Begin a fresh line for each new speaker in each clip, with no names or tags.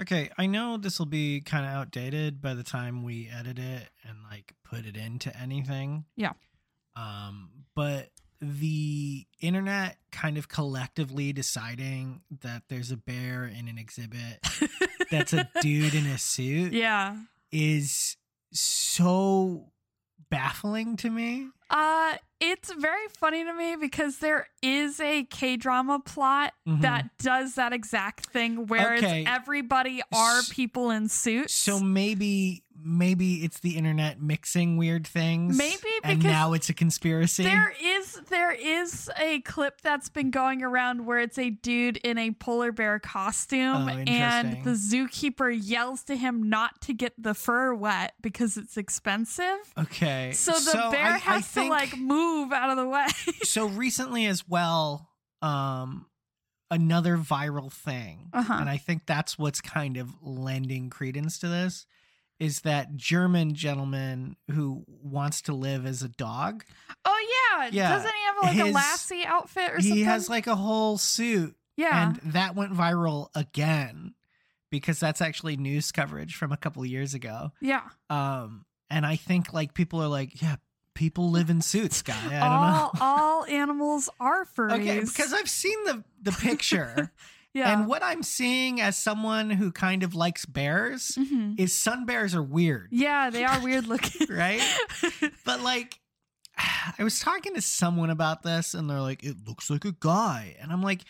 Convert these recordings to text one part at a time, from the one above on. Okay, I know this will be kind of outdated by the time we edit it and like put it into anything.
Yeah.
Um, but the internet kind of collectively deciding that there's a bear in an exhibit that's a dude in a suit
yeah.
is so baffling to me.
Uh, it's very funny to me because there is a K drama plot
Mhm.
that does that exact thing where
Okay.
it's everybody are
S-
people in suits.
So maybe maybe it's the internet mixing weird things.
Maybe
and
because
now it's a conspiracy.
There is there is a clip that's been going around where it's a dude in a polar bear costume
Oh, interesting.
and the zookeeper yells to him not to get the fur wet because it's expensive.
okay.
So the bear
I- I
has to
think-
like move out of the way.
so recently as well, um another viral thing.
Uh-huh.
And I think that's what's kind of lending credence to this is that German gentleman who wants to live as a dog.
oh yeah.
Yeah.
Doesn't he have like a
His-
lassie outfit or something?
He has like a whole suit
Yeah.
And that went viral again because that's actually news coverage from a couple years ago.
yeah.
Um, and I think like people are like, yeah, people live in suits, guy. I don't
all
know.
all animals are furries.
Okay, because I've seen the the picture,
yeah.
and what I'm seeing as someone who kind of likes bears
Mhm.
is sun bears are weird,
Yeah, they are weird looking.
right? But like, I was talking to someone about this, and they're like, "It looks like a guy," and I'm like,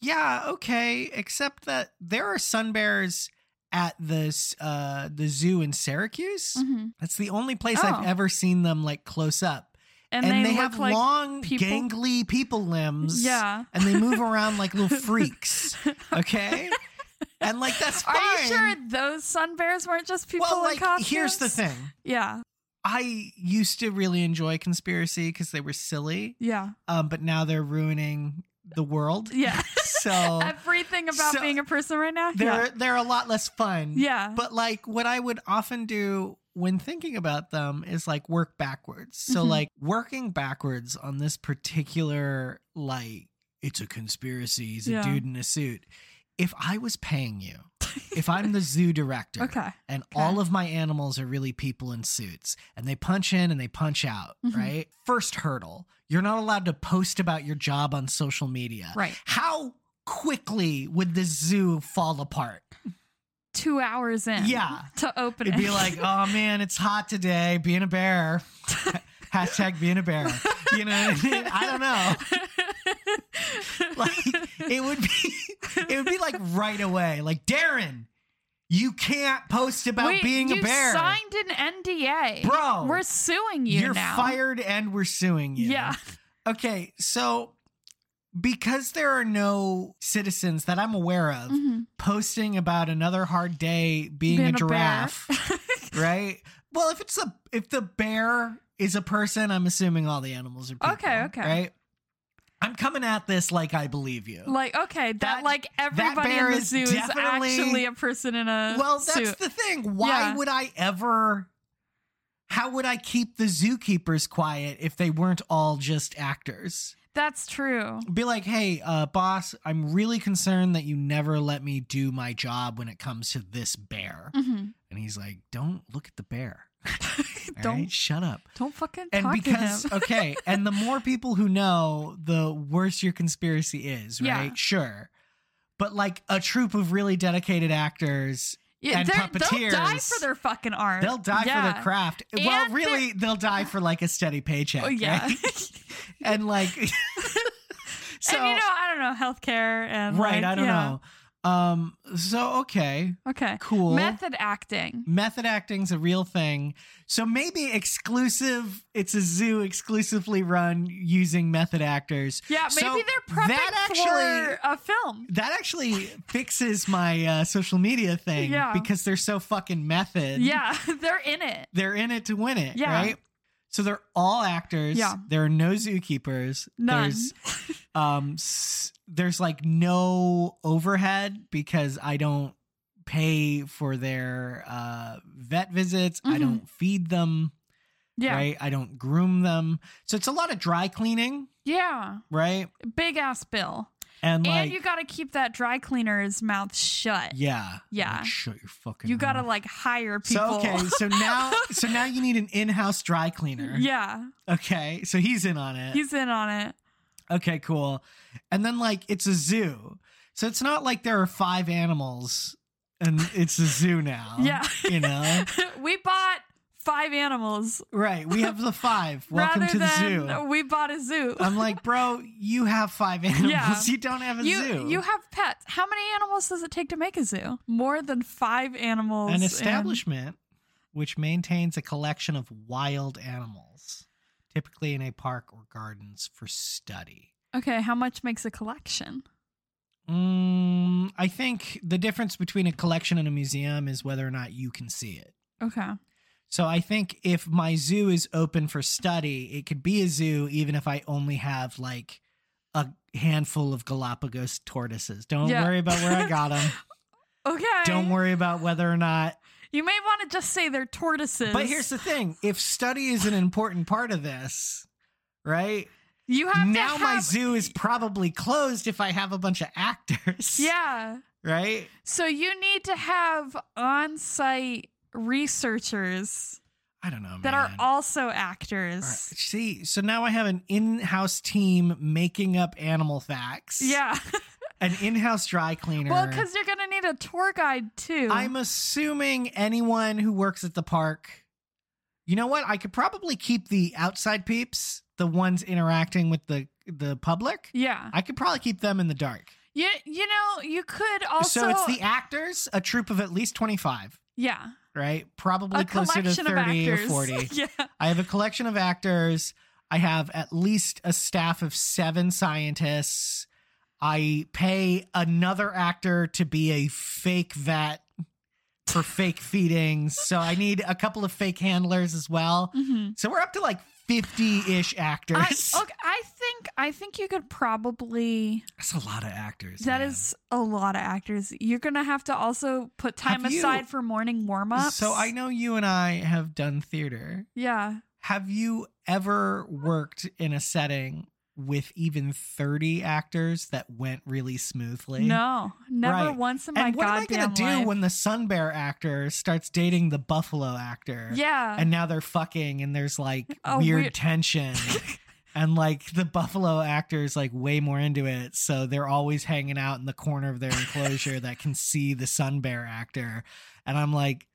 "Yeah, okay," except that there are sun bears at this uh, the zoo in Syracuse.
Mhm.
That's the only place
Oh.
I've ever seen them like close up,
And,
and, they,
look
have
like
long,
people.
gangly people limbs.
Yeah.
and they move around like little freaks. Okay, and like that's fine.
Are you sure those sun bears weren't just people
Well,
in
like
costumes?
here's the thing.
Yeah,
I used to really enjoy conspiracy because they were silly,
yeah,
um, but now they're ruining the world.
yeah.
So
Everything about
So-
being a person right now.
they're
Yeah.
they're a lot less fun.
Yeah.
But like what I would often do when thinking about them is like work backwards. So
Mhm.
like working backwards on this particular like it's a conspiracy, he's
Yeah.
a dude in a suit. If I was paying you, if I'm the zoo director,
Okay.
and all of my animals are really people in suits and they punch in and they punch out,
Mm-hmm.
right? First hurdle, you're not allowed to post about your job on social media.
Right.
How quickly would the zoo fall apart?
Two hours in.
Yeah.
To open
It'd
it.
be like, oh man, it's hot today, being a bear. Hashtag being a bear. You know what I mean? I don't know. Like it would be it would be like right away, like Darren, you can't post about
Wait,
being
you
a bear.
signed an NDA,
Bro.
We're suing you
are
now.
fired and we're suing you.
Yeah.
Okay, so because there are no citizens that I'm aware of posting about another hard day being,
Mm-hmm. Being
a
a bear.
giraffe, right? Well, if it's a if the bear is a person, I'm assuming all the animals are people.
Okay, okay.
Right? I'm coming at this like I believe you.
Like okay, that,
That-
like
that
everybody
bear
in the
is
zoo is
definitely-
actually a person in a
well, that's
suit.
the thing. Why
Yeah.
would I ever how would I keep the zookeepers quiet if they weren't all just actors?
that's true.
be like, hey, uh, boss, I'm really concerned that you never let me do my job when it comes to this bear.
Mm-hmm.
And he's like, don't look at the bear.
Don't-
don't shut up.
Don't fucking
And
talk
because
to him.
okay, and the more people who know, the worse your conspiracy is,
Yeah.
right? Sure. But like a troupe of really dedicated actors
Yeah,
and
they're- they'll
puppeteers,
die for their fucking art.
they'll die for
Yeah.
their craft. well,
And
really, they'll die for like a steady paycheck.
Oh, yeah.
right? and like, so
and you know, I don't know, healthcare and
right
like,
i don't
yeah.
know um so okay
Okay,
Cool.
method acting.
method acting's a real thing so maybe exclusive it's a zoo exclusively run using method actors
Yeah, maybe
So
they're prepping
that actually
for a film.
that actually fixes my uh, social media thing
Yeah.
because they're so fucking method
Yeah, they're in it.
they're in it to win it
Yeah.
right so they're all actors
Yeah.
there are no zookeepers
None.
there's um s- there's like no overhead because I don't pay for their uh vet visits. I don't feed them,
Mm-hmm. Yeah,
right? I don't groom them. So it's a lot of dry cleaning,
yeah,
right?
big ass bill.
And like,
and you got to keep that dry cleaner's mouth shut.
yeah,
Yeah.
Like, shut your fucking.
You got to
mouth.
like hire people.
So okay, so now, so now you need an in-house dry cleaner.
yeah,
Okay, so he's in on it.
he's in on it.
Okay, cool. And then like it's a zoo. So it's not like there are five animals and it's a zoo now.
Yeah.
You know?
we bought five animals
Right. We have the five. Welcome
rather
to the
than
zoo.
we bought a zoo.
I'm like, bro, you have five animals. You don't have a
you
zoo.
you have pets. How many animals does it take to make a zoo? More than five animals.
an
and-
establishment which maintains a collection of wild animals, typically in a park or gardens for study.
okay, how much makes a collection?
Mm, I think the difference between a collection and a museum is whether or not you can see it.
Okay.
So I think if my zoo is open for study, it could be a zoo even if I only have like a handful of Galapagos tortoises. Don't
Yeah.
worry about where I got them.
Okay.
Don't worry about whether or not.
You may want to just say they're tortoises.
But here's the thing, if study is an important part of this, right?
you have
Now
to have,
my zoo is probably closed if I have a bunch of actors.
Yeah.
Right?
So you need to have on-site researchers
I don't know,
that are
man.
also
All right,
actors.
See, so now I have an in-house team making up animal facts.
Yeah.
An in-house dry cleaner.
well, because you're gonna need a tour guide too.
I'm assuming anyone who works at the park. You know what? I could probably keep the outside peeps, the ones interacting with the the public.
yeah.
I could probably keep them in the dark.
You you know you could also
so it's the actors, a troop of at least 25,
yeah
right? Probably
a
closer to
collection
30 or
of actors.
40.
yeah.
I have a collection of actors. I have at least a staff of 7 scientists. I pay another actor to be a fake vet for fake feedings. So I need a couple of fake handlers as well.
Mhm.
So we're up to like 50-ish actors.
I, okay, I think I think you could probably
That's a lot of actors.
That
man.
is a lot of actors. You're gonna have to also put time
Have you-
aside for morning warm ups.
So I know you and I have done theater.
yeah,
Have you ever worked in a setting with even 30 actors that went really smoothly?
no, never
Right.
once in Oh my
And what am I
goddamn
gonna do
life.
when the Sun Bear actor starts dating the Buffalo actor?
yeah,
And now they're fucking and there's like
Oh,
weird,
weird-
tension. and like the Buffalo actor is like way more into it. So they're always hanging out in the corner of their enclosure that can see the Sun Bear actor. And I'm like,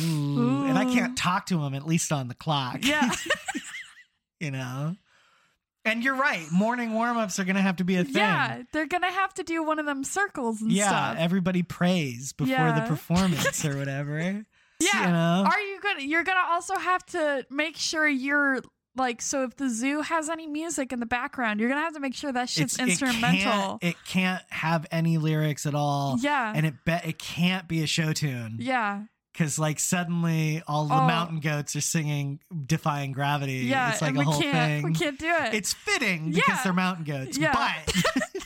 ooh. And I
Ooh.
can't talk to him, at least on the clock.
yeah,
you know? And you're right. Morning warm ups are going to have to be a thing.
yeah. They're gonna have to do one of them circles and
Yeah,
stuff.
everybody prays before
Yeah.
the performance or whatever.
Yeah.
You know?
Are you gonna? You're gonna also have to make sure you're like. So if the zoo has any music in the background, you're gonna have to make sure that shit's
It's-
instrumental.
It can't, it can't have any lyrics at all.
yeah,
And it bet it can't be a show tune
yeah.
because like suddenly all the
Oh.
mountain goats are singing "Defying Gravity."
Yeah,
it's like
and
a
we
whole
can't
thing.
we can't do it.
It's fitting because
Yeah.
they're mountain goats.
Yeah.
But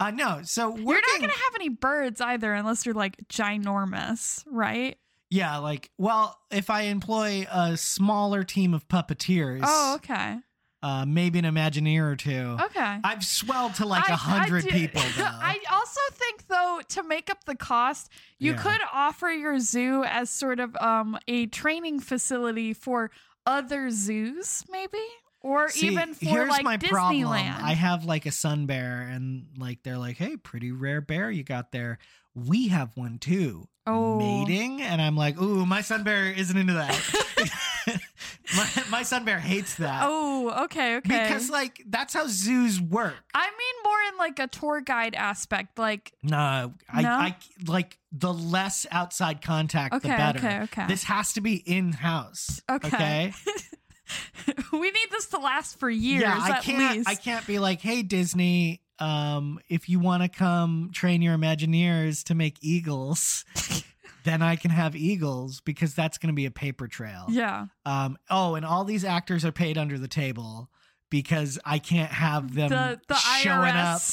uh, no, so working.
You're not gonna have any birds either, unless you're like ginormous, right?
yeah, like well, if I employ a smaller team of puppeteers,
Oh, okay,
uh, maybe an Imagineer or two.
okay.
I've swelled to like
I-
a
I
hundred
do-
people. Though.
I also think though to make up the cost, you
Yeah.
could offer your zoo as sort of um a training facility for other zoos, maybe, or
See,
even for like Disneyland.
I have like a sun bear, and like they're like, "Hey, pretty rare bear you got there. We have one too."
Oh.
mating, and I'm like, "Ooh, my sun bear isn't into that. my, my sun bear hates that
oh, okay, okay.
because like that's how zoos work."
I mean more in like a tour guide aspect, like
no, I,
No?
I like the less outside contact, the
okay,
better.
okay, okay.
This has to be in house.
Okay.
okay?
we need this to last for years
Yeah, I
at
can't.
least.
I can't be like, hey Disney, um, if you want to come train your Imagineers to make eagles, then I can have eagles because that's going to be a paper trail.
Yeah.
Um. Oh, and all these actors are paid under the table because I can't have them
The- the
showing
IRS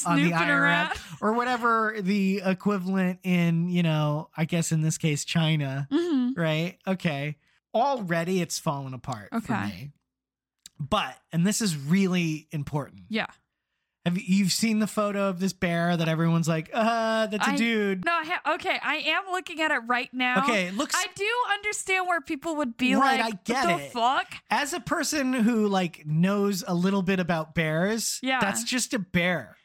up on the
snooping
IRS
around.
or whatever the equivalent in you know, I guess in this case China
hmm
right? Okay. Already it's fallen apart for
Okay.
me. But, and this is really important.
Yeah.
Have you, you've seen the photo of this bear that everyone's like, uh, that's a
I-
dude.
No, I ha- okay, I am looking at it right now.
Okay, it looks
I do understand where people would be
Right, I
like,
get
what the
it."
fuck?
as a person who like knows a little bit about bears.
Yeah.
that's just a bear.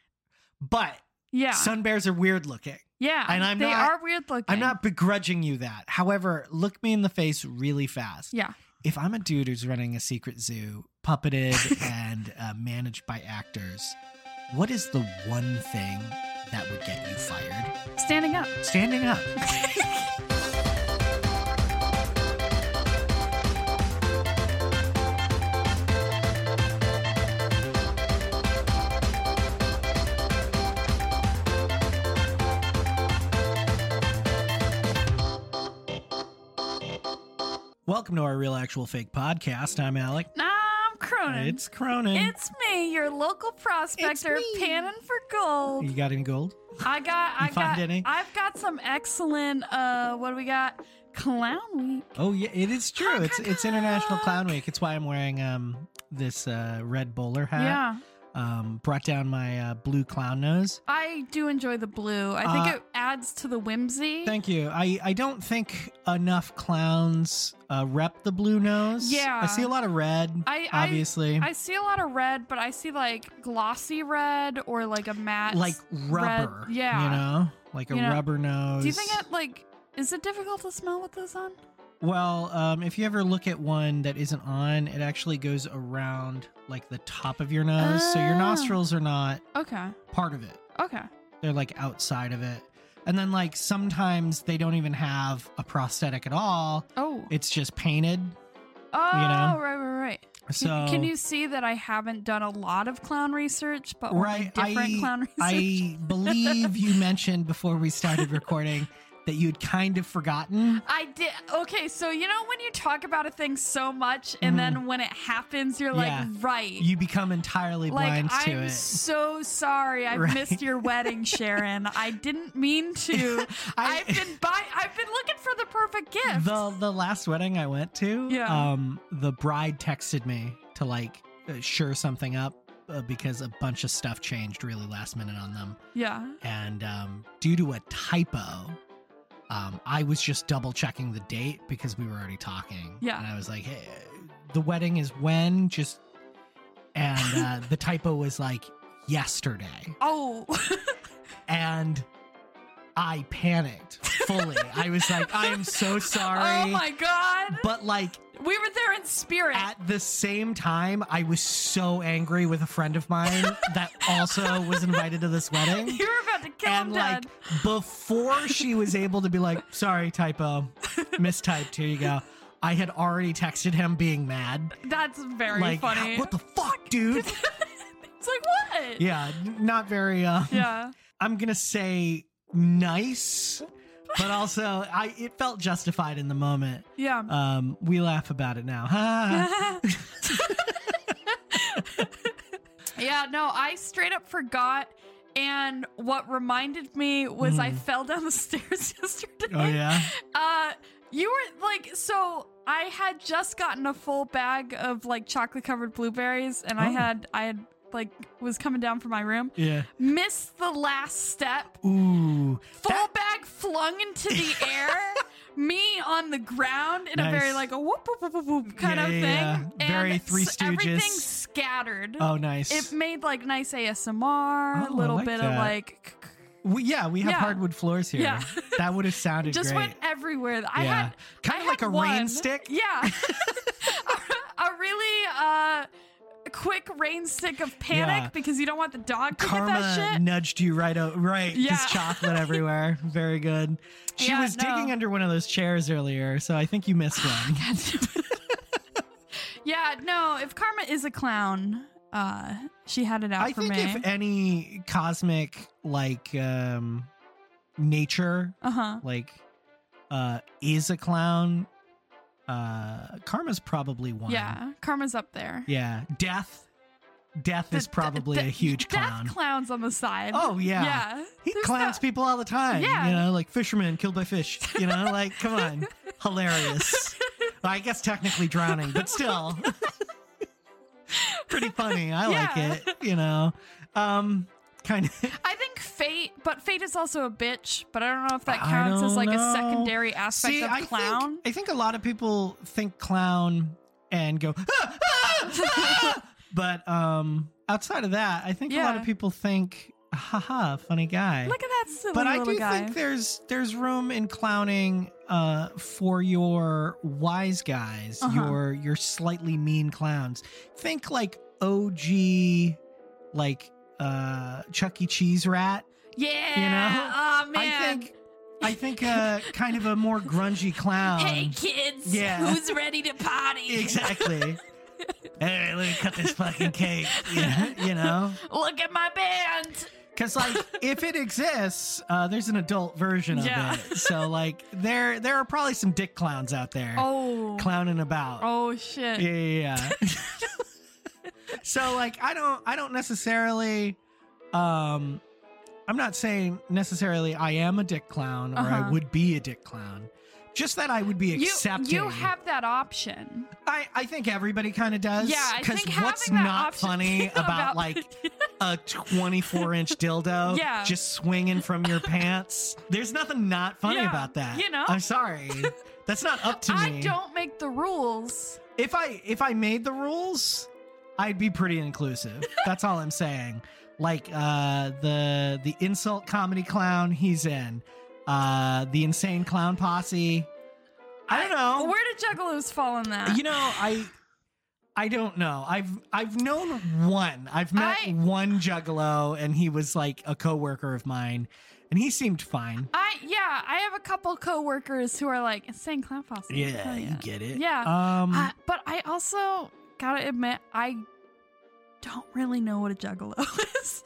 But
Yeah.
sun bears are weird looking.
yeah.
and I'm
they
not-
are weird looking.
I'm not begrudging you that. However, look me in the face really fast.
Yeah.
If I'm a dude who's running a secret zoo, puppeted and uh, managed by actors, what is the one thing that would get you fired?
Standing up.
Standing up. Welcome to our Real Actual Fake podcast. I'm Alec.
Nah, I'm Cronin.
It's Cronin.
It's me, your local prospector,
me.
panning for gold.
you got any gold?
I got,
You
I
find
got,
any?
I've got some excellent. Uh, what do we got? Clown week.
Oh yeah, it is true.
Honk,
It's
honk,
it's International
honk.
Clown Week. It's why I'm wearing um this uh, red bowler hat.
Yeah,
um, brought down my uh, blue clown nose.
I do enjoy the blue. I think
Uh,
it adds to the whimsy.
Thank you. I, I don't think enough clowns uh, rep the blue nose.
Yeah.
I see a lot of red,
I, I,
obviously.
I see a lot of red, but I see like glossy red or like a matte.
like rubber.
yeah.
You know? Like a
You know,
rubber nose.
do you think it like is it difficult to smell with this on?
Well, um, if you ever look at one that isn't on, it actually goes around like the top of your nose. So your
Ah.
nostrils are not
Okay,
part of it.
okay,
They're like outside of it. And then like sometimes they don't even have a prosthetic at all.
oh,
It's just painted.
oh,
know?
right, right, right.
So
Can, can you see that I haven't done a lot of clown research, but
Right,
only different
I-
clown research?
I believe you mentioned before we started recording that you'd kind of forgotten.
I did. Okay, so you know when you talk about a thing so much, and
Mhm.
then when it happens, you're like,
Yeah.
right.
You become entirely
like
blind to
I'm
it.
so sorry. I
Right.
missed your wedding, Sharon. I didn't mean to.
I-
I've been buy- I've been looking for the perfect gift.
the the last wedding I went to,
Yeah.
um, the bride texted me to like uh, sure something up uh, because a bunch of stuff changed really last minute on them,
yeah.
and um, due to a typo. Um, I was just double checking the date because we were already talking.
Yeah.
And I was like, hey, the wedding is when? Just. And uh, the typo was like yesterday.
Oh.
And I panicked fully. I was like, I am so sorry.
oh my god.
But like
We were there in spirit.
at the same time, I was so angry with a friend of mine that also was invited to this wedding.
you were about to kill
And
him
like
dead.
before she was able to be like, sorry, typo, mistyped, here you go. I had already texted him being mad.
That's very
like,
funny.
what the fuck, dude?
it's like what?
yeah, n- not very uh
Yeah.
I'm gonna say nice, but also I it felt justified in the moment.
Yeah.
Um, we laugh about it now. Ha.
yeah, no, I straight up forgot. And what reminded me was I
Mhm.
fell down the stairs yesterday.
oh yeah.
Uh, you were like, so I had just gotten a full bag of like chocolate covered blueberries, and I
Oh.
had, I had like was coming down from my room,
Yeah.
missed the last step,
Ooh.
full bag flung into the air. Me on the ground in a very
Nice.
like a whoop whoop whoop whoop, whoop kind
Yeah,
of thing,
yeah, yeah.
and
Very Three
s- everything
Stooges.
scattered.
Oh nice.
It made like nice ASMR,
Oh,
a
I
little
like
bit
that.
of like, k-
we, yeah, we have
Yeah.
hardwood floors here.
Yeah.
that would have sounded
just
great.
went everywhere. I
yeah.
had
kind
I
of like
had
a
one.
rain stick.
Yeah, a, a really uh, quick rain stick of panic
Yeah.
because you don't want the dog to get that
Karma
shit.
nudged you right out, right?
Yeah.
Just chocolate everywhere. Very good. She
Yeah,
was digging
no.
under one of those chairs earlier, so I think you missed one.
Ah, God damn it. yeah, no. If Karma is a clown, uh, she had it out
I
for
think
me.
if any cosmic like um nature
uh huh.
like uh is a clown, uh karma's probably one.
Yeah, Karma's up there.
Yeah. Death. Death is
The-
probably
the-
a huge
death
clown.
clowns on the side.
Oh yeah.
yeah.
He
There's
clowns
no-
people all the time. You
Yeah.
know, like fishermen killed by fish. You know, like come on. Hilarious. Well, I guess technically drowning, but still. Pretty funny. I like
Yeah.
it, you know. Um, kind of.
I think Fate, but Fate is also a bitch. But I don't know if that
I
counts as
don't
like
know.
a secondary aspect
See,
of
I
clown.
think I think a lot of people think clown and go, "Ah, ah, ah." but um, outside of that, I think a lot
Yeah.
of people think, haha, funny guy.
Look at that silly
but I
little
do
guy.
think there's there's room in clowning uh, for your wise guys,
Uh-huh.
your your slightly mean clowns. Think like OG, like uh, Chuck E. Cheese rat.
yeah. Oh man.
I think I think uh, kind of a more grungy clown.
hey kids,
um, yeah.
who's ready to party?
exactly. hey, let me cut this fucking cake. Yeah, you know,
Look at my band.
because like if it exists, uh, there's an adult version of
Yeah.
it. So like there there are probably some dick clowns out there
Oh.
clowning about.
Oh shit.
Yeah, yeah, yeah. so like I don't I don't necessarily um I'm not saying necessarily I am a dick clown or I
Uh-huh.
would be a dick clown. Just that I would be
You,
accepting.
you have that option.
I, I think everybody kind of does.
Yeah, I
because
think
what's
having that
not
option-
funny about,
about-
like a 24 inch dildo
Yeah.
just swinging from your pants? There's nothing not funny
Yeah,
about that.
you know?
I'm sorry, that's not up to me.
I don't make the rules.
if I if I made the rules, I'd be pretty inclusive. That's all I'm saying. Like uh, the the insult comedy clown, he's in. Uh, the insane clown posse. I don't know.
Where did Juggalos fall in that?
you know, I I don't know. I've I've known one. I've met
I-
one juggalo, and he was like a coworker of mine, and he seemed fine.
I yeah, I have a couple coworkers who are like insane clown posse.
Yeah,
Hell
you get it.
Oh, Yeah.
Um.
Uh, but I also gotta admit, I don't really know what a juggalo is.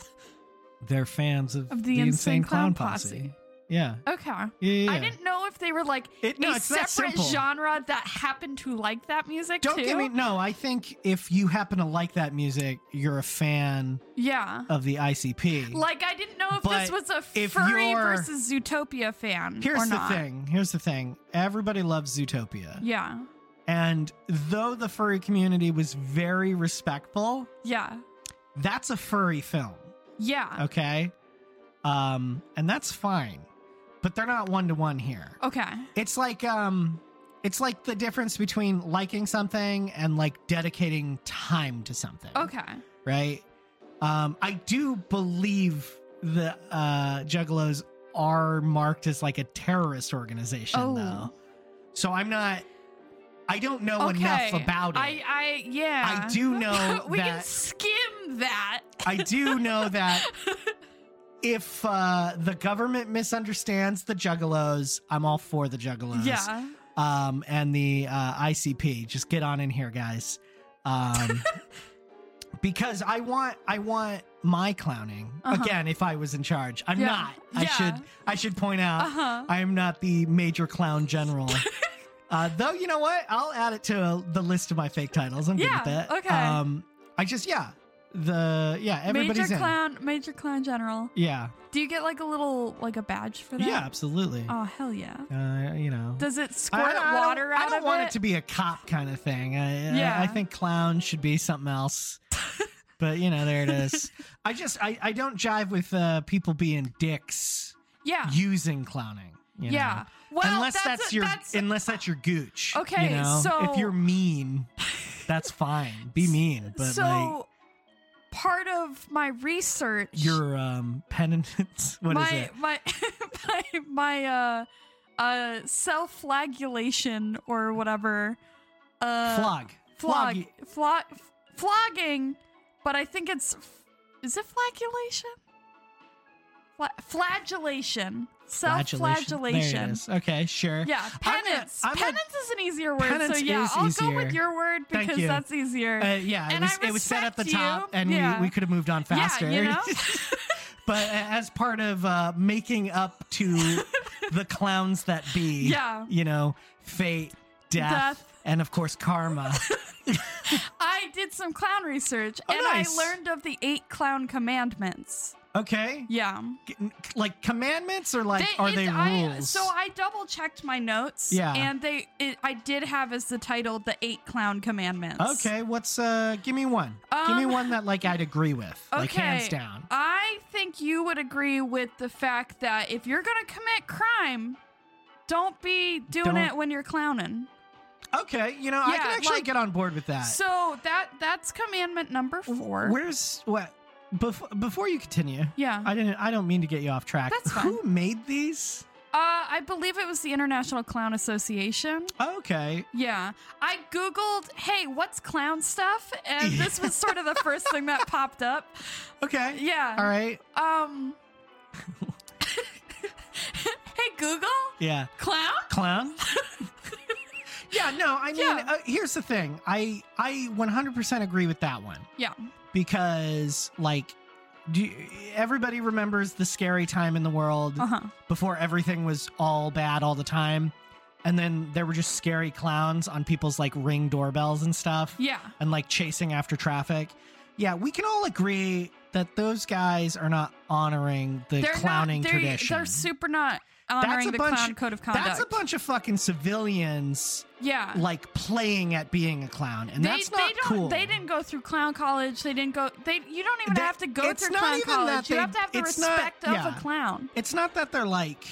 they're fans of,
Of the Insane Clown Posse.
Yeah.
okay.
Yeah. yeah,
I
yeah.
didn't know if they were like
It- no,
a
it's that
separate
simple.
genre that happened to like that music
Don't
too.
give me no. I think if you happen to like that music, you're a fan
yeah.
of the ICP.
Like I didn't know if
But
this was a
if
furry
you're-
versus Zootopia fan or
Here's the
not.
thing. Here's the thing. Everybody loves Zootopia,
Yeah.
and though the furry community was very respectful,
Yeah.
that's a furry film,
Yeah.
okay? Um, and that's fine, but they're not one to one here.
Okay.
It's like um, it's like the difference between liking something and like dedicating time to something.
Okay.
right? Um, I do believe the uh, Juggalos are marked as like a terrorist organization,
Oh.
though. So I'm not. I don't know
okay.
enough about it.
I I yeah.
I do know
we can
that-
skim that.
I do know that if uh, the government misunderstands the Juggalos, I'm all for the Juggalos.
Yeah.
Um, and the uh, ICP, just get on in here, guys. Um, because I want, I want my clowning
Uh-huh.
again. If I was in charge, I'm
Yeah.
not. I
Yeah.
should, I should point out,
Uh-huh.
I am not the major clown general. uh, though you know what, I'll add it to the list of my fake titles. I'm
Yeah,
good with that.
okay.
Um, I just yeah, the yeah everybody's
major
in.
clown, major clown general.
Yeah,
Do you get like a little like a badge for that?
yeah, absolutely.
Oh hell yeah.
uh, you know,
Does it
I- I
squirt
don't- I don't-
water out
I don't
of
want
it?
it to be a cop kind of thing. I, I-
Yeah.
I, think clown should be something else. but you know, there it is. I just I, I don't jive with uh, people being dicks
yeah.
using clowning. you know?
yeah. Well,
unless that's,
a-
your
that's-
unless that's your gooch. you
Okay,
know?
so-
if you're mean, that's fine. Be mean, but
so
like
part of my research.
your um penitence. What is
my,
it?
my my my uh uh self-flagellation or whatever. Uh,
Flog.
flog,
Flog.
flog, flogging, but I think it's f- is it flagellation? Fla- flagellation,
Flagellation. There it
self-flagellation.
is. Okay, sure.
Yeah,
I'm a-
penance.
I'm a-
penance is an easier word, so
Penance
yeah,
is
I'll go
easier.
with your word
Thank
because
you.
that's easier.
Uh, yeah, it
And
was,
I
it was set at the
respect
top,
you.
and
Yeah.
we, we could have moved on faster.
Yeah, you know.
but a- as part of uh, making up to the clowns that be,
Yeah.
you know, fate, death,
Death.
and of course karma.
I did some clown research
Oh,
and
nice.
I learned of the eight clown commandments.
Okay.
Yeah.
G- Like commandments or like
They-
are
it-
they
I,
rules?
so I double checked my notes.
Yeah.
And they, it, I did have as the title the eight clown commandments.
okay, what's uh give me one. give me
Um,
one that like I'd agree with. Like hands
okay.
down.
I think you would agree with the fact that if you're going to commit crime, don't be doing
Don't-
it when you're clowning.
Okay, you know, I
Yeah,
can actually
like-
get on board with that.
so that that's commandment number four.
Where's what before before you continue?
yeah.
I didn't I don't mean to get you off track.
That's
Who made these?
Uh, I believe it was the International Clown Association.
Okay.
Yeah. I Googled, hey, what's clown stuff? And this was sort of the first thing that popped up.
Okay.
Yeah.
All right.
Um. hey, Google?
Yeah.
Clown?
Clown? yeah, no, I mean,
Yeah.
uh, here's the thing. I I 100% agree with that one.
Yeah.
because like do you- everybody remembers the scary time in the world
Uh huh.
before everything was all bad all the time and then there were just scary clowns on people's like ring doorbells and stuff
Yeah.
and like chasing after traffic yeah we can all agree that those guys are not honoring the clowning
not, they're,
tradition
They're super not honoring
a
the
bunch-
clown code of conduct.
that's a bunch of fucking civilians
Yeah.
like playing at being a clown and
They,
that's
they
not
don't.
cool
They didn't go through clown college. They didn't go. They. You don't even
That-
have to go
it's
through
not
clown
even that
college. you
they-
have to have the
it's not-
respect of
yeah.
a clown.
it's not that they're like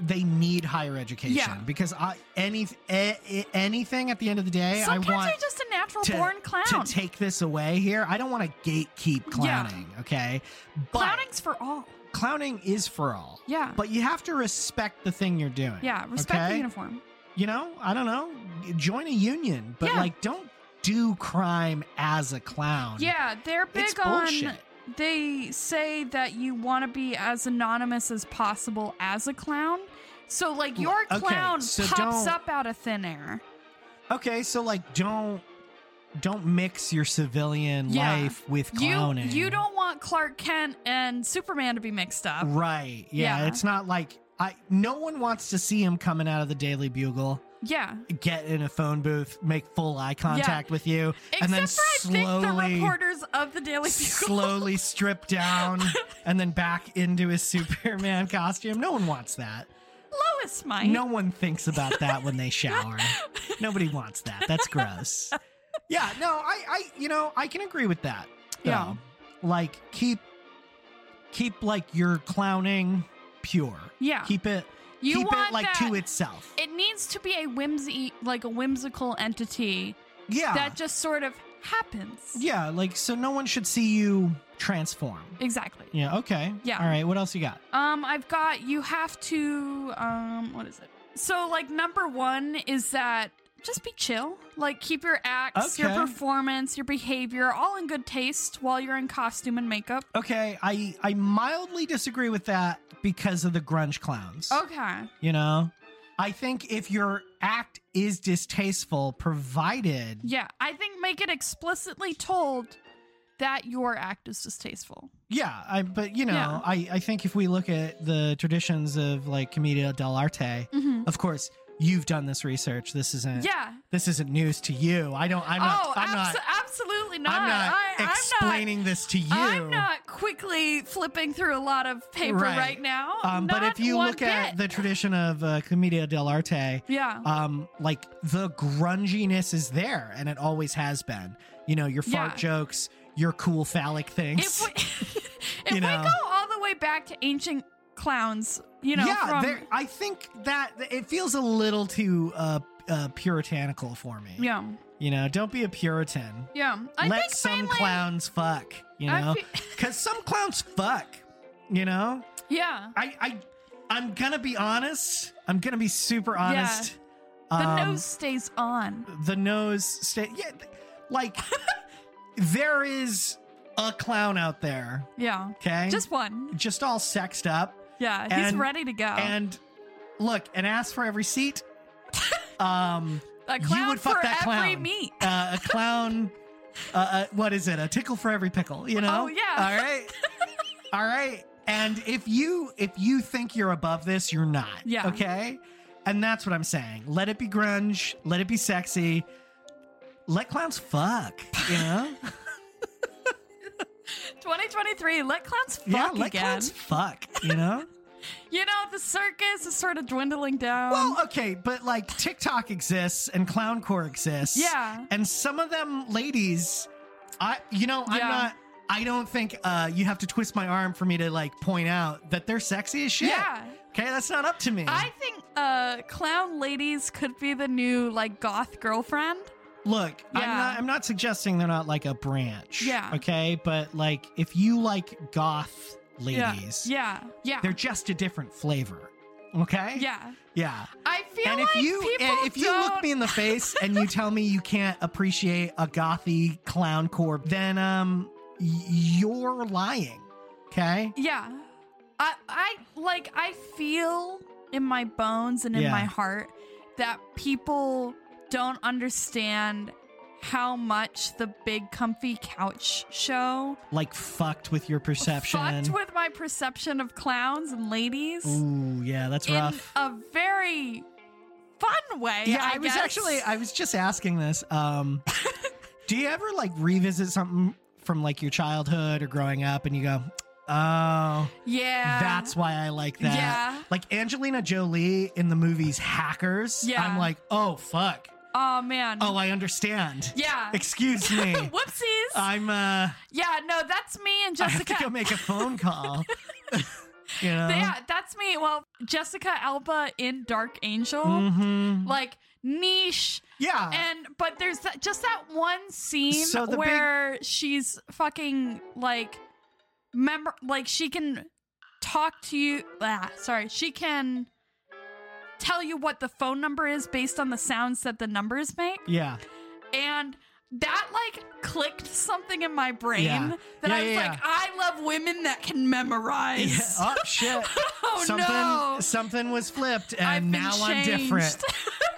they need higher education
Yeah.
because I, any eh, eh, anything at the end of the day
Sometimes
I want
you're just a natural
to-
born
to
clown.
take this away here. I don't want to gatekeep
Yeah.
clowning, okay? But
Clowning's for all.
clowning is for all.
Yeah.
But you have to respect the thing you're doing.
yeah. Respect
okay?
the uniform.
You know, I don't know, join a union, but
Yeah.
like don't do crime as a clown.
Yeah, they're big
It's
on.
bullshit.
They say that you want to be as anonymous as possible as a clown. So like your
Okay,
clown
so
pops
don't-
up out of thin air.
Okay, so like don't don't mix your civilian
Yeah.
life with clowning.
You you don't want Clark Kent and Superman to be mixed up.
Right. Yeah,
Yeah.
It's not like I. No one wants to see him coming out of the Daily Bugle,
Yeah.
get in a phone booth, make full eye contact with you,
Except
and then
for I think the
slowly,
reporters of the Daily Bugle.
slowly strip down, and then back into his Superman costume. No one wants that.
Lois might.
No one thinks about that when they shower. Nobody wants that. That's gross. Yeah. No. I. I. You know. I can agree with that. though.
Yeah.
Like keep, keep like your clowning pure.
Yeah.
Keep it
you
keep
want
it like
that.
to itself.
it needs to be a whimsy like a whimsical entity
yeah.
that just sort of happens.
yeah, like so no one should see you transform.
Exactly.
Yeah, okay.
Yeah.
All right, what else you got?
Um, I've got you have to um what is it? So like number one is that just be chill. Like keep your acts, your
Okay.
performance, your behavior all in good taste while you're in costume and makeup.
Okay, I I mildly disagree with that because of the grunge clowns.
Okay.
You know? I think if your act is distasteful provided
Yeah. I think make it explicitly told that your act is distasteful.
Yeah, I but you know,
Yeah.
I I think if we look at the traditions of like commedia dell'arte,
Mm-hmm.
of course, you've done this research. This isn't
Yeah.
this isn't news to you. I don't Eh, I'm not
oh,
I'm
abso-
not
absolutely not.
I'm not
I, I'm
explaining this to you.
I'm not quickly flipping through a lot of paper
Right.
right, now.
um, but
Not
if you
one
look at
bit.
the tradition of uh, commedia dell'arte,
yeah,
um, like the grunginess is there, and it always has been. You know, your fart
Yeah.
jokes, your cool phallic things.
if we, if
You
we
know.
go all the way back to ancient clowns, you know,
yeah,
from
there- I think that it feels a little too uh, uh, puritanical for me.
yeah,
You know, don't be a Puritan.
yeah. I
Let
think
some
mainly,
clowns fuck. You
I
know,
fe-
because some clowns fuck. You know,
yeah,
I, I I'm gonna be honest. I'm gonna be super honest.
the
Um,
nose stays on.
the nose sta- Yeah, th- like there is a clown out there.
Yeah,
Okay,
just one.
just all sexed up
Yeah, he's
and-
ready to go.
and look and ask for every seat. um,
a
you
clown
would fuck
for
that
every
clown.
meat.
uh, a clown. Uh, uh, what is it? A tickle for every pickle. You know.
Oh, yeah.
All right. all right. And if you if you think you're above this, you're not.
Yeah.
Okay. And that's what I'm saying. Let it be grunge. Let it be sexy. Let clowns fuck. You know.
2023, let clowns fuck
yeah, let
again.
clowns fuck. You know.
You know, the circus is sort of dwindling down.
well, okay, but like TikTok exists and clowncore exists.
yeah.
and some of them ladies i you know i'm
Yeah.
not i don't think uh you have to twist my arm for me to like point out that they're sexy as shit
Yeah.
okay that's not up to me
I think uh, clown ladies could be the new like goth girlfriend.
look i'm
Yeah.
not i'm not suggesting they're not like a branch
Yeah.
okay but like if you like goth ladies
Yeah, yeah,
they're just a different flavor okay
yeah.
yeah
I feel
and
like
if you
people
and if you
don't.
look me in the face and you tell me you can't appreciate a gothy clown corp, then um y- you're lying. Okay?
yeah, I, I like. I feel in my bones and in
Yeah.
my heart that people don't understand how much the big comfy couch show
Like fucked with your perception.
fucked with my perception of clowns and ladies.
Ooh, yeah, that's rough.
in a very fun way.
yeah,
I,
I, was
guess.
actually I was just asking this. Um do you ever like revisit something from like your childhood or growing up and you go, "Oh,
yeah,
that's why I like that."
yeah.
Like Angelina Jolie in the movies Hackers,
Yeah.
I'm like, "Oh, fuck."
Oh man.
Oh, I understand.
yeah.
Excuse me.
Whoopsies.
I'm uh
yeah, no, that's me and
I have to
Jessica.
go make a phone call. you know?
yeah, that's me. Well, Jessica Alba in Dark Angel,
Mhm.
like niche,
Yeah.
and but there's that, just that one scene
Uh, So the big-
where she's fucking like, member, like she can talk to you. Ah, sorry, she can tell you what the phone number is based on the sounds that the numbers make.
yeah.
and that like clicked something in my brain
Yeah.
that
Yeah,
I was
yeah,
like,
yeah.
I love women that can memorize.
Yeah. Oh shit.
Oh
something
no!
something was flipped and
I've been
now I'm different.
changed.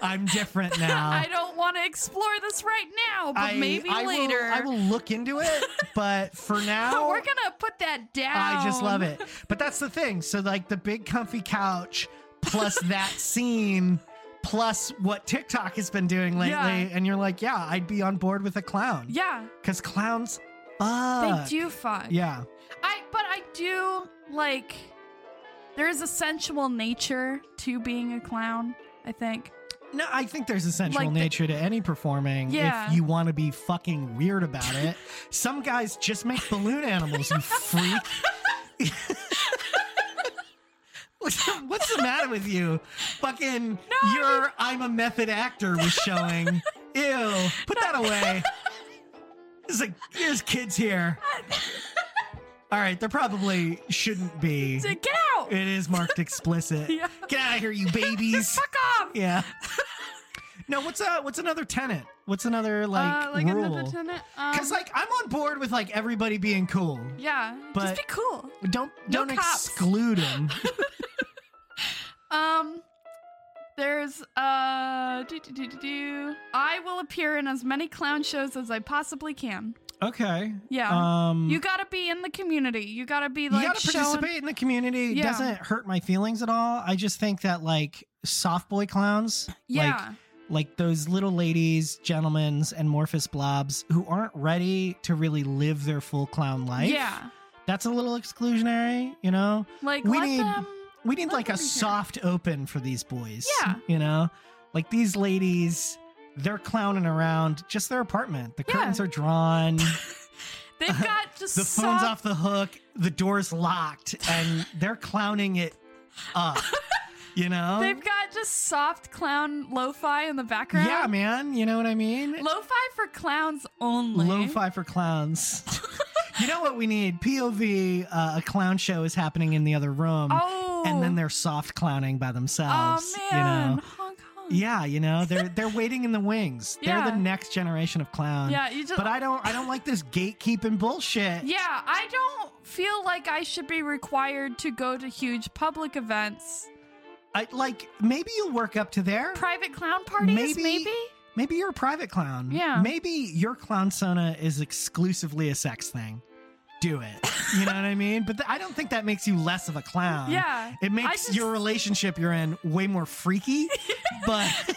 I'm different now.
I don't want to explore this right now, but
I-
maybe
I will-
later. Oh,
I will look into it, but for now
We're gonna put that down.
I just love it. But that's the thing. So like the big comfy couch plus that scene plus what TikTok has been doing lately
Yeah.
and you're like, yeah, I'd be on board with a clown.
Yeah,
Cuz clowns fuck.
they do fuck.
Yeah.
I but I do like. There is a sensual nature to being a clown. I think.
No, I think there's a sensual
Like the-
nature to any performing
Yeah.
if you want to be fucking weird about it. Some guys just make balloon animals, you freak. What's the- What's the matter with you? Fucking, your I'm a method actor was showing. Ew, put that away. It's like, there's kids here. All right, there probably shouldn't be.
So get out!
It is marked explicit.
Yeah.
Get out of here, you babies.
Fuck off!
Yeah. no, what's uh what's another tenant? What's another like,
uh, like
rule?
another tenant.
Because like I'm on board with like everybody being cool.
Yeah.
But-
just be cool.
Don't
No
don't
cops.
exclude them.
Um there's uh do, do, do, do, do. I will appear in as many clown shows as I possibly can.
okay.
Yeah.
Um.
you gotta be in the community. You gotta be like
you gotta
showing
participate in the community. It
Yeah.
doesn't hurt my feelings at all. I just think that like soft boy clowns, like
Yeah.
like those little ladies, gentlemen's, and amorphous blobs who aren't ready to really live their full clown life.
yeah.
that's a little exclusionary. You know,
Like
we
let
need-
them
We need
Let
like a
them be here.
soft open for these boys.
Yeah.
You know? Like these ladies, they're clowning around just their apartment. The
Yeah.
curtains are drawn, the
they've got just
phone's
soft-
off the hook, the door's locked, and they're clowning it up. You know?
They've got just soft clown lo-fi in the background.
yeah, man. You know what I mean?
Lo-fi for clowns only.
Lo fi for clowns. you know what we need? POV, uh, a clown show is happening in the other room.
Oh.
um, And then they're soft clowning by
Oh
themselves.
man.
You know?
Hong Kong.
Yeah, you know, they're they're waiting in the wings. They're
Yeah.
the next generation of clown.
Yeah, you just
But I don't I don't like this gatekeeping bullshit.
Yeah, I don't feel like I should be required to go to huge public events.
I like maybe you'll work up to there.
Private clown parties,
Maybe-
maybe?
Maybe you're a private clown.
Yeah.
Maybe your clown sona is exclusively a sex thing. Do it. You know what I mean? But th- I don't think that makes you less of a clown.
yeah.
It makes
just-
your relationship you're in way more freaky. but
And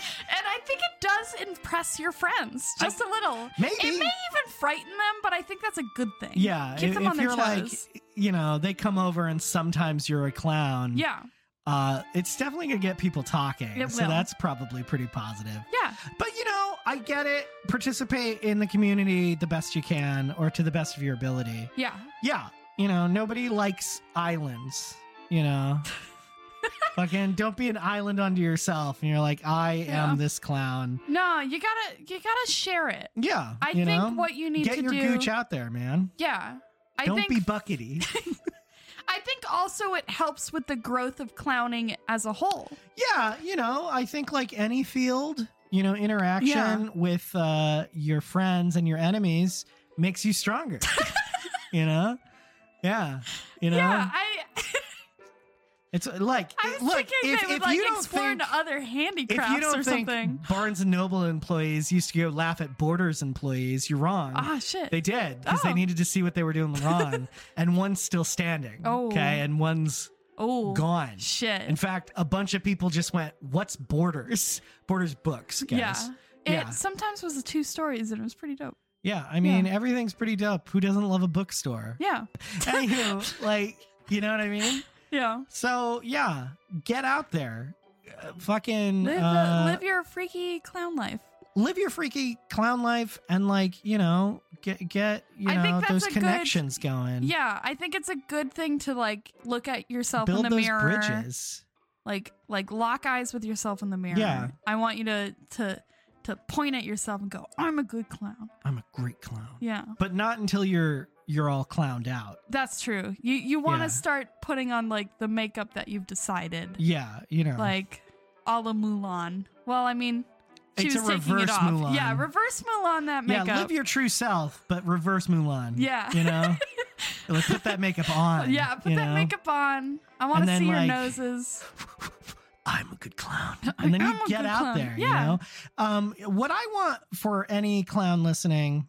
I think it does does impress your friends just a little.
Maybe.
It may even frighten them, but I think that's a good thing.
yeah.
keep
if,
them on
if
their
you're
toes.
like, you know, they come over and sometimes you're a clown.
yeah,
Uh, it's definitely gonna get people talking.
It
So
will.
that's probably pretty positive.
yeah,
But you know, I get it. Participate in the community the best you can or to the best of your ability.
yeah.
Yeah. You know, nobody likes islands, you know. Fucking don't be an island unto yourself and you're like, I
Yeah.
am this clown.
No, you gotta you gotta share it.
Yeah.
I
you
think
know?
what you need
Get
to
your
do.
gooch out there, man.
Yeah, I
don't
think
be buckety.
I think also it helps with the growth of clowning as a whole.
yeah, you know, I think like any field, you know, interaction
Yeah.
with uh your friends and your enemies makes you stronger. you know? Yeah. You know?
Yeah, I
It's like
I was
look,
thinking
if,
they would
if
like
you don't
explore
think,
into other
if
handicrafts
you don't
or
think
something.
Barnes and Noble employees used to go laugh at Borders employees, you're wrong.
Ah shit.
They did because
Oh.
they needed to see what they were doing wrong, and one's still standing.
Oh.
Okay, and one's
oh
gone.
shit.
In fact, a bunch of people just went, "What's Borders? Borders books, guys."
yeah. It
Yeah.
sometimes was the two stories and it was pretty dope.
Yeah, I mean, everything's pretty dope. Who doesn't love a bookstore?
Yeah.
Anywho, like, you know what I mean?
Yeah.
So yeah, get out there, Uh, fucking
Live,
uh,
the, live your freaky clown life.
live your freaky clown life and like you know get get you
I think
know
that's
those
a good-
connections going
Yeah, I think it's a good thing to like look at yourself
build
in the
those
mirror.
bridges
Like like lock eyes with yourself in the mirror.
Yeah.
I want you to to to point at yourself and go, "I'm a good clown."
i'm a great clown
Yeah.
but not until you're you're all clowned out
That's true. You you want to
Yeah.
start putting on like the makeup that you've decided.
yeah you know
like a la Mulan. Well, I mean, she
It's
was
a
taking it
reverse
off.
Mulan.
Yeah, reverse Mulan that
yeah
makeup.
live your true self but reverse mulan
Yeah.
you know Like, put that makeup on
yeah, put
you
that
know?
makeup on. I want
And
to
then,
see your
like,
noses.
I'm a good clown. And then you
I'm a
get
good
out
clown.
there,
Yeah.
you know? Um, what I want for any clown listening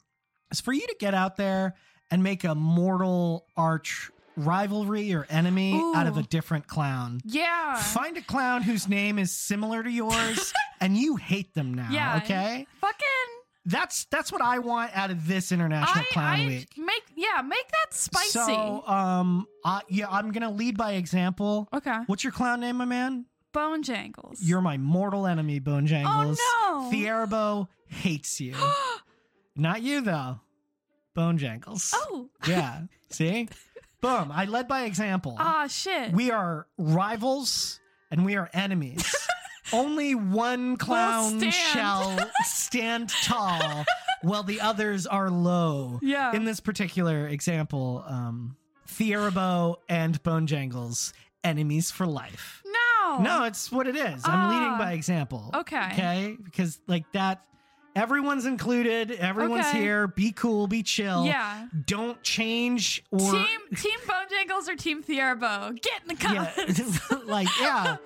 is for you to get out there and make a mortal arch rivalry or enemy
Ooh.
out of a different clown.
Yeah.
Find a clown whose name is similar to yours and you hate them now,
Yeah.
okay?
Fucking.
That's that's what I want out of this International
I,
Clown
I
Week.
make yeah make that spicy.
So, um, I, yeah, I'm gonna lead by example.
okay.
What's your clown name, my man?
Bone jangles.
You're my mortal enemy, Bone Jangles.
Oh, no.
Thierbo hates you. Not you though. Bone Jangles.
oh.
Yeah. See? Boom. I led by example.
Ah shit.
we are rivals and we are enemies. Only one clown
stand.
shall stand tall while the others are low.
yeah.
In this particular example, um, Thierbo and Bone Jangles, enemies for life.
no.
No, it's what it is. I'm
Ah.
leading by example.
Okay.
Okay. Because like that, everyone's included. Everyone's
Okay.
here. Be cool. Be chill.
Yeah.
Don't change or
team Team Bone Jangles or Team Thierbo? Get in the
yeah,
comments.
like yeah.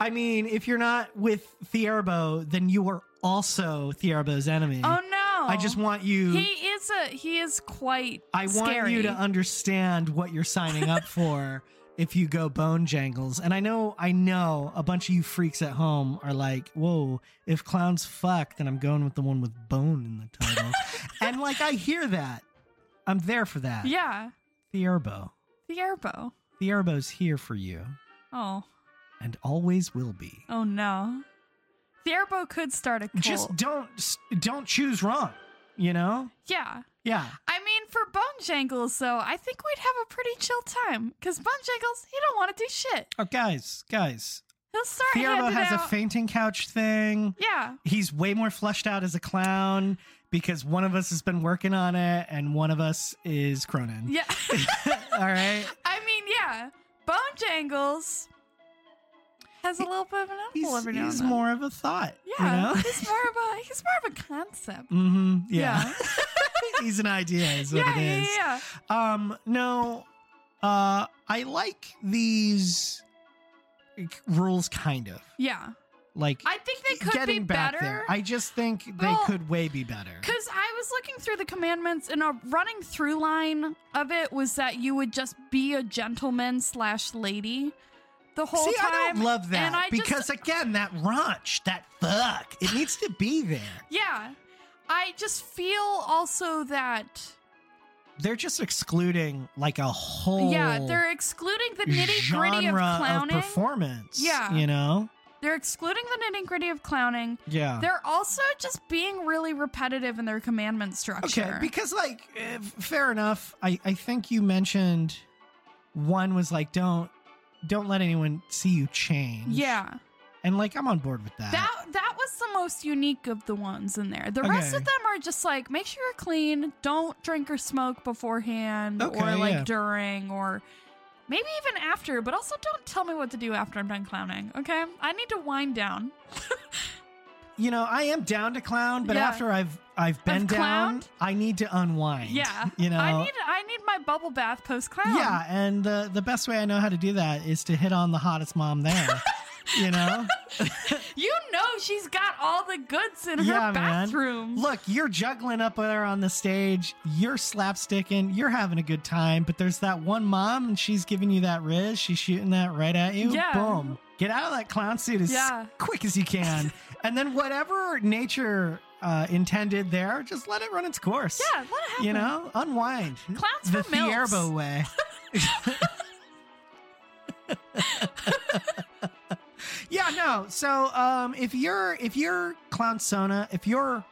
I mean, if you're not with Thierbo, then you are also Thierbo's enemy.
Oh no!
I just want you.
He is a he is quite.
I want
scary.
you to understand what you're signing up for if you go bone jangles. And I know, I know a bunch of you freaks at home are like, whoa, if clowns fuck, then I'm going with the one with bone in the title. and like, I hear that. I'm there for that.
Yeah,
Thierbo.
the airbow.
Thierbo's here for you
Oh,
and always will be.
oh no! The airbow could start a cult.
Just don't, don't choose wrong, you know?
yeah.
Yeah.
I mean, for Bone Jangles, though, I think we'd have a pretty chill time because Bone Jangles, he don't want to do shit.
Oh, guys, guys.
He'll start
Thierbo
handing
has a
out.
fainting couch thing.
yeah,
he's way more fleshed out as a clown because one of us has been working on it and one of us is Cronin.
yeah.
All right.
I mean, yeah. Bone Jangles has a little bit of an
He's,
apple every now
he's
and then.
more of a thought.
yeah,
You know?
he's more of a he's more of a concept.
hmm Yeah.
Yeah.
he's an idea, is what
yeah,
it
yeah,
is.
yeah.
Um, no, uh, I like these like, rules kind of.
Yeah.
Like,
I think they could
getting
be
back
better.
there. I just think they
Well,
could way be better.
Because I was looking through the commandments, and a running through line of it was that you would just be a gentleman slash lady. the whole
See,
time.
I don't love that
and I just-
because again, that raunch, that fuck, it needs to be there.
yeah, I just feel also that
They're just excluding like a whole
yeah they're excluding the nitty gritty of
Oh. genre of
clowning.
performance.
Yeah.
you know,
they're excluding the nitty gritty of clowning.
yeah.
They're also just being really repetitive in their commandment structure.
Okay, because like, eh, fair enough. I I think you mentioned one was like, don't don't let anyone see you change.
yeah,
and like I'm on board with that.
that that was the most unique of the ones in there. The rest
Okay.
of them are just like make sure you're clean, don't drink or smoke beforehand
Okay,
or like
yeah.
during or maybe even after, but also don't tell me what to do after I'm done clowning, okay? I need to wind down.
you know, I am down to clown, but
Yeah.
after I've I've been
I've
down,
clowned?
I need to unwind.
Yeah.
you know.
I need I need my bubble bath post clown.
yeah, and the the best way I know how to do that is to hit on the hottest mom there. you know.
You know she's got all the goods in
Yeah,
her
man.
bathroom.
Look, you're juggling up there on the stage. You're slapsticking. You're having a good time. But there's that one mom, and she's giving you that riz. She's shooting that right at you.
Yeah.
Boom. Get out of that clown suit as
Yeah.
quick as you can. and then whatever nature uh, intended there, just let it run its course.
Yeah, let it happen.
You know, unwind.
Clowns
the
for milfs.
Fierbo way. yeah, no. So, um, if you're if you're clown Sona, if your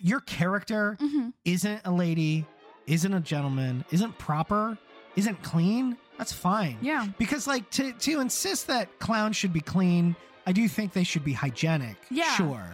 your character
Mhm.
isn't a lady, isn't a gentleman, isn't proper, isn't clean, that's fine.
Yeah.
Because like to to insist that clowns should be clean, I do think they should be hygienic.
Yeah.
Sure.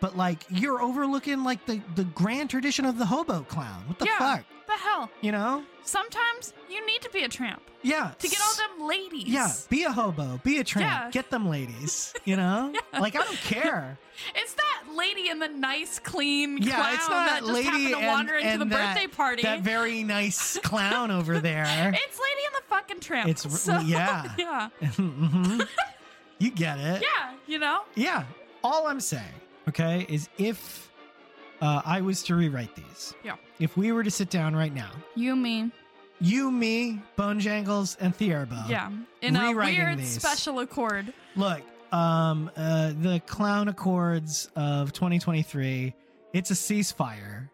But like you're overlooking like the the grand tradition of the hobo clown. What the
Yeah.
fuck?
The hell.
You know?
Sometimes you need to be a tramp
Yeah.
to get all them ladies.
Yeah, be a hobo, be a tramp,
Yeah.
get them ladies. You know, like I don't care.
It's that lady in the nice, clean
Yeah,
clown
it's not
that just
lady
happened to
and-
wander into
and
the
that-
birthday party.
That very nice clown over there.
it's lady in the fucking tramp.
It's r-
so,
yeah.
yeah,
Mhm. You get it.
yeah. You know,
Yeah. All I'm saying, okay, is if uh, I was to rewrite these,
Yeah.
if we were to sit down right now,
you me,
you, me, Bone Jangles, and Thierbo,
yeah, in a
Uh, rewriting
weird
these.
special accord.
Look, um, uh, the Clown Accords of 2023. It's a ceasefire.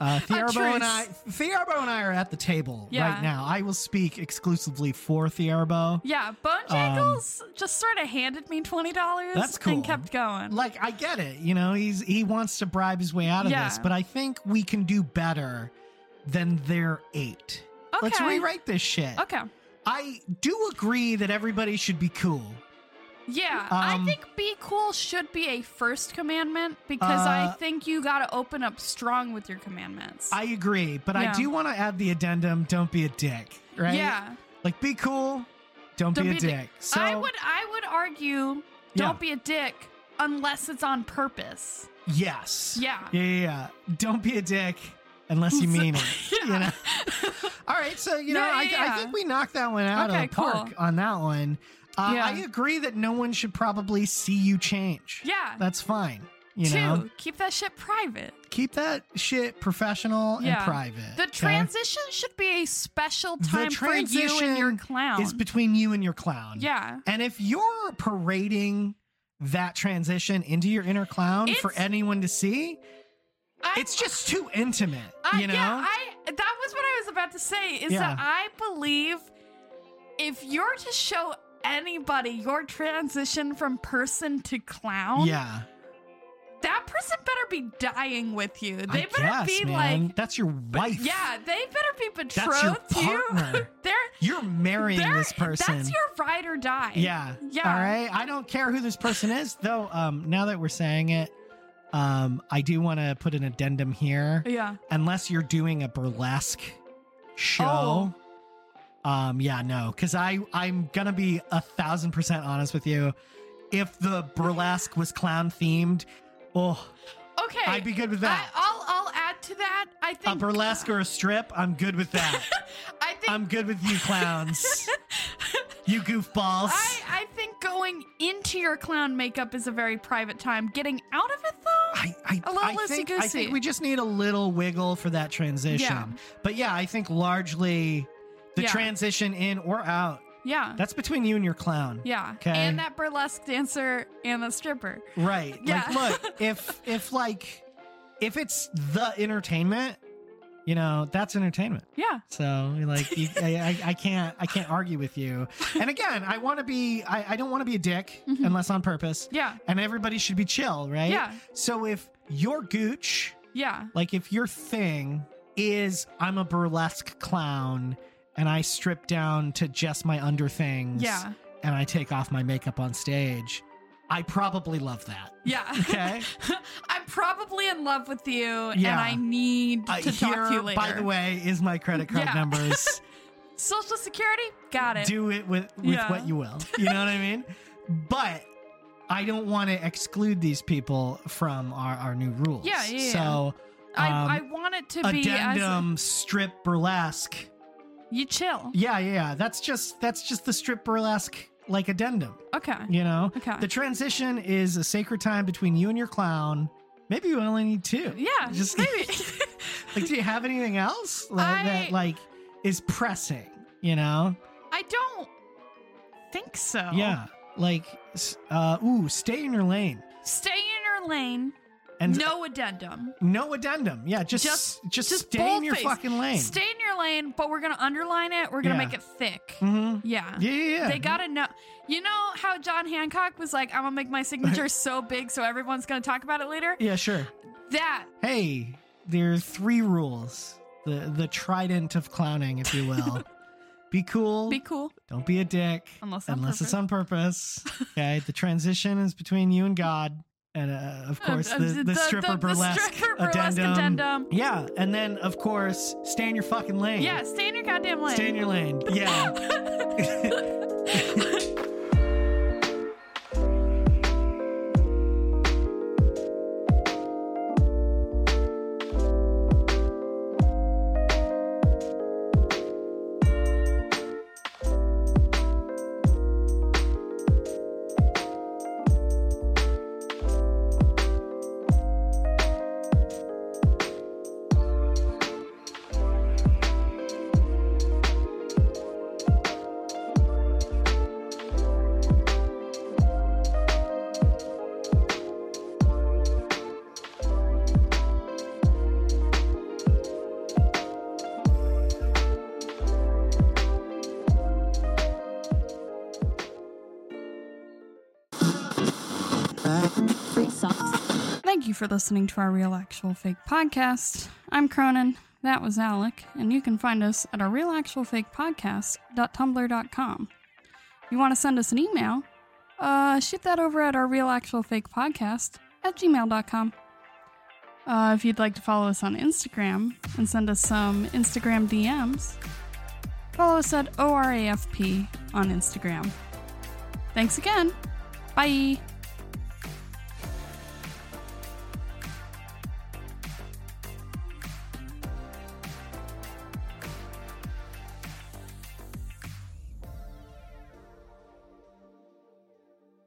Uh, Thierbo and I, Thierbo and I are at the table
Yeah.
right now. I will speak exclusively for Thierbo.
Yeah, Bone Jangles just sort of handed me twenty dollars
Um, That's cool.
and kept going.
Like I get it, you know, he's he wants to bribe his way out of
Yeah.
this, but I think we can do better than their eight. Let's
Okay.
rewrite this shit.
Okay,
I do agree that everybody should be cool.
yeah, I
Um,
think be cool should be a first commandment because
Uh,
I think you got to open up strong with your commandments.
I agree, but I
Yeah.
do want to add the addendum: don't be a dick, right?
Yeah.
like be cool, don't, be, a dick. So
I would I would argue
Yeah.
don't be a dick unless it's on purpose.
yes,
Yeah.
yeah, yeah, yeah. Don't be a dick unless you mean it. You know? All right, so you know,
Yeah,
I,
yeah,
I
yeah.
think we knocked that one out
Okay,
of the park
cool.
on that one. Uh,
Yeah.
I agree that no one should probably see you change.
Yeah.
that's fine. You
Two,
know,
keep that shit private.
keep that shit professional and
Yeah.
private.
The
Uh, okay?
transition should be a special
The
time for you and your
transition
clown.
is between you and your clown.
yeah.
And if you're parading that transition into your inner clown for
It's-
anyone to see,
I-
it's just too intimate,
I,
you know?
Yeah, I that was what I was about to say is
Yeah.
that I believe if you're to show anybody your transition from person to clown,
yeah.
that person better be dying with you. They
I
better
guess,
be
man.
like
that's your wife.
Yeah, they better be betrothed
That's your
to you.
partner.
they're
You're marrying
they're
this person.
That's your ride or die.
yeah.
Yeah.
All right. I don't care who this person is, though. Um, now that we're saying it, um, I do want to put an addendum here.
Yeah.
Unless you're doing a burlesque show.
Oh.
Um, yeah, no, because I I'm gonna be a thousand percent honest with you. If the burlesque was clown themed, oh,
Okay.
I'd be good with that.
I, will I'll add to that. I
a
think
burlesque or a strip, I'm good with that.
I think
I'm good with you clowns. you goofballs.
I, I think going into your clown makeup is a very private time. Getting out of it though,
I, I,
A little
I, think, I
loosey-goosey.
think we just need a little wiggle for that transition.
Yeah.
But yeah, I think largely the
Yeah.
transition in or out
Yeah.
That's between you and your clown.
yeah.
'Kay.
And that burlesque dancer and the stripper.
Right.
Yeah.
Like look, if if like if it's the entertainment, you know, that's entertainment.
Yeah.
So like you, I, I- I can't I can't argue with you. And again, I want to be I, I don't want to be a dick
Mhm.
unless on purpose.
Yeah.
And everybody should be chill, right?
Yeah.
So if your gooch,
Yeah.
like if your thing is I'm a burlesque clown and I strip down to just my underthings
Yeah.
and I take off my makeup on stage, I probably love that.
Yeah.
Okay.
I'm probably in love with you and
Yeah.
I need
Uh,
to talk to you later.
By the way, is my credit card
Yeah.
numbers.
Social Security? Got it.
Do it with, with
Yeah.
what you will. You know what I mean? But I don't want to exclude these people from our, our new rules.
Yeah, yeah, yeah.
So um,
I, I want it to be as
addendum strip burlesque.
you chill.
Yeah, yeah, yeah. That's just that's just the strip burlesque like addendum.
Okay.
You know?
Okay.
The transition is a sacred time between you and your clown. Maybe you only need two.
yeah.
Just
maybe.
like do you have anything else like,
I-
that like is pressing you know
I don't think so.
yeah like s- uh ooh stay in your lane
Stay in your lane.
and
no addendum.
no addendum yeah just
Just-
just,
just
stay in your
boldface.
fucking lane
Stay in your lane, but we're gonna underline it. We're gonna
Yeah.
make it thick.
hmm
Yeah.
yeah yeah yeah
They gotta know. You know how John Hancock was like, "I'm gonna make my signature so big so everyone's gonna talk about it later."
yeah sure
That
hey there are three rules the the trident of clowning if you will be cool
be cool.
don't be a dick
Unless on
unless
purpose.
it's on purpose okay the transition is between you and god and uh, of course
Uh,
the, the, stripper burlesque
the stripper burlesque
addendum.
addendum.
Yeah, and then of course, stay in your fucking lane.
Yeah, stay in your goddamn lane.
Stay in your lane. Yeah.
Free socks.
Thank you for listening to our Real Actual Fake podcast. I'm Cronin. That was Alec, and you can find us at our Real Actual Fake podcast.tumblr.com. If you want to send us an email, uh, shoot that over at our Real Actual Fake podcast at gmail.com. Uh, if you'd like to follow us on Instagram and send us some Instagram DMs, follow us at ORAFP on Instagram. Thanks again. Bye.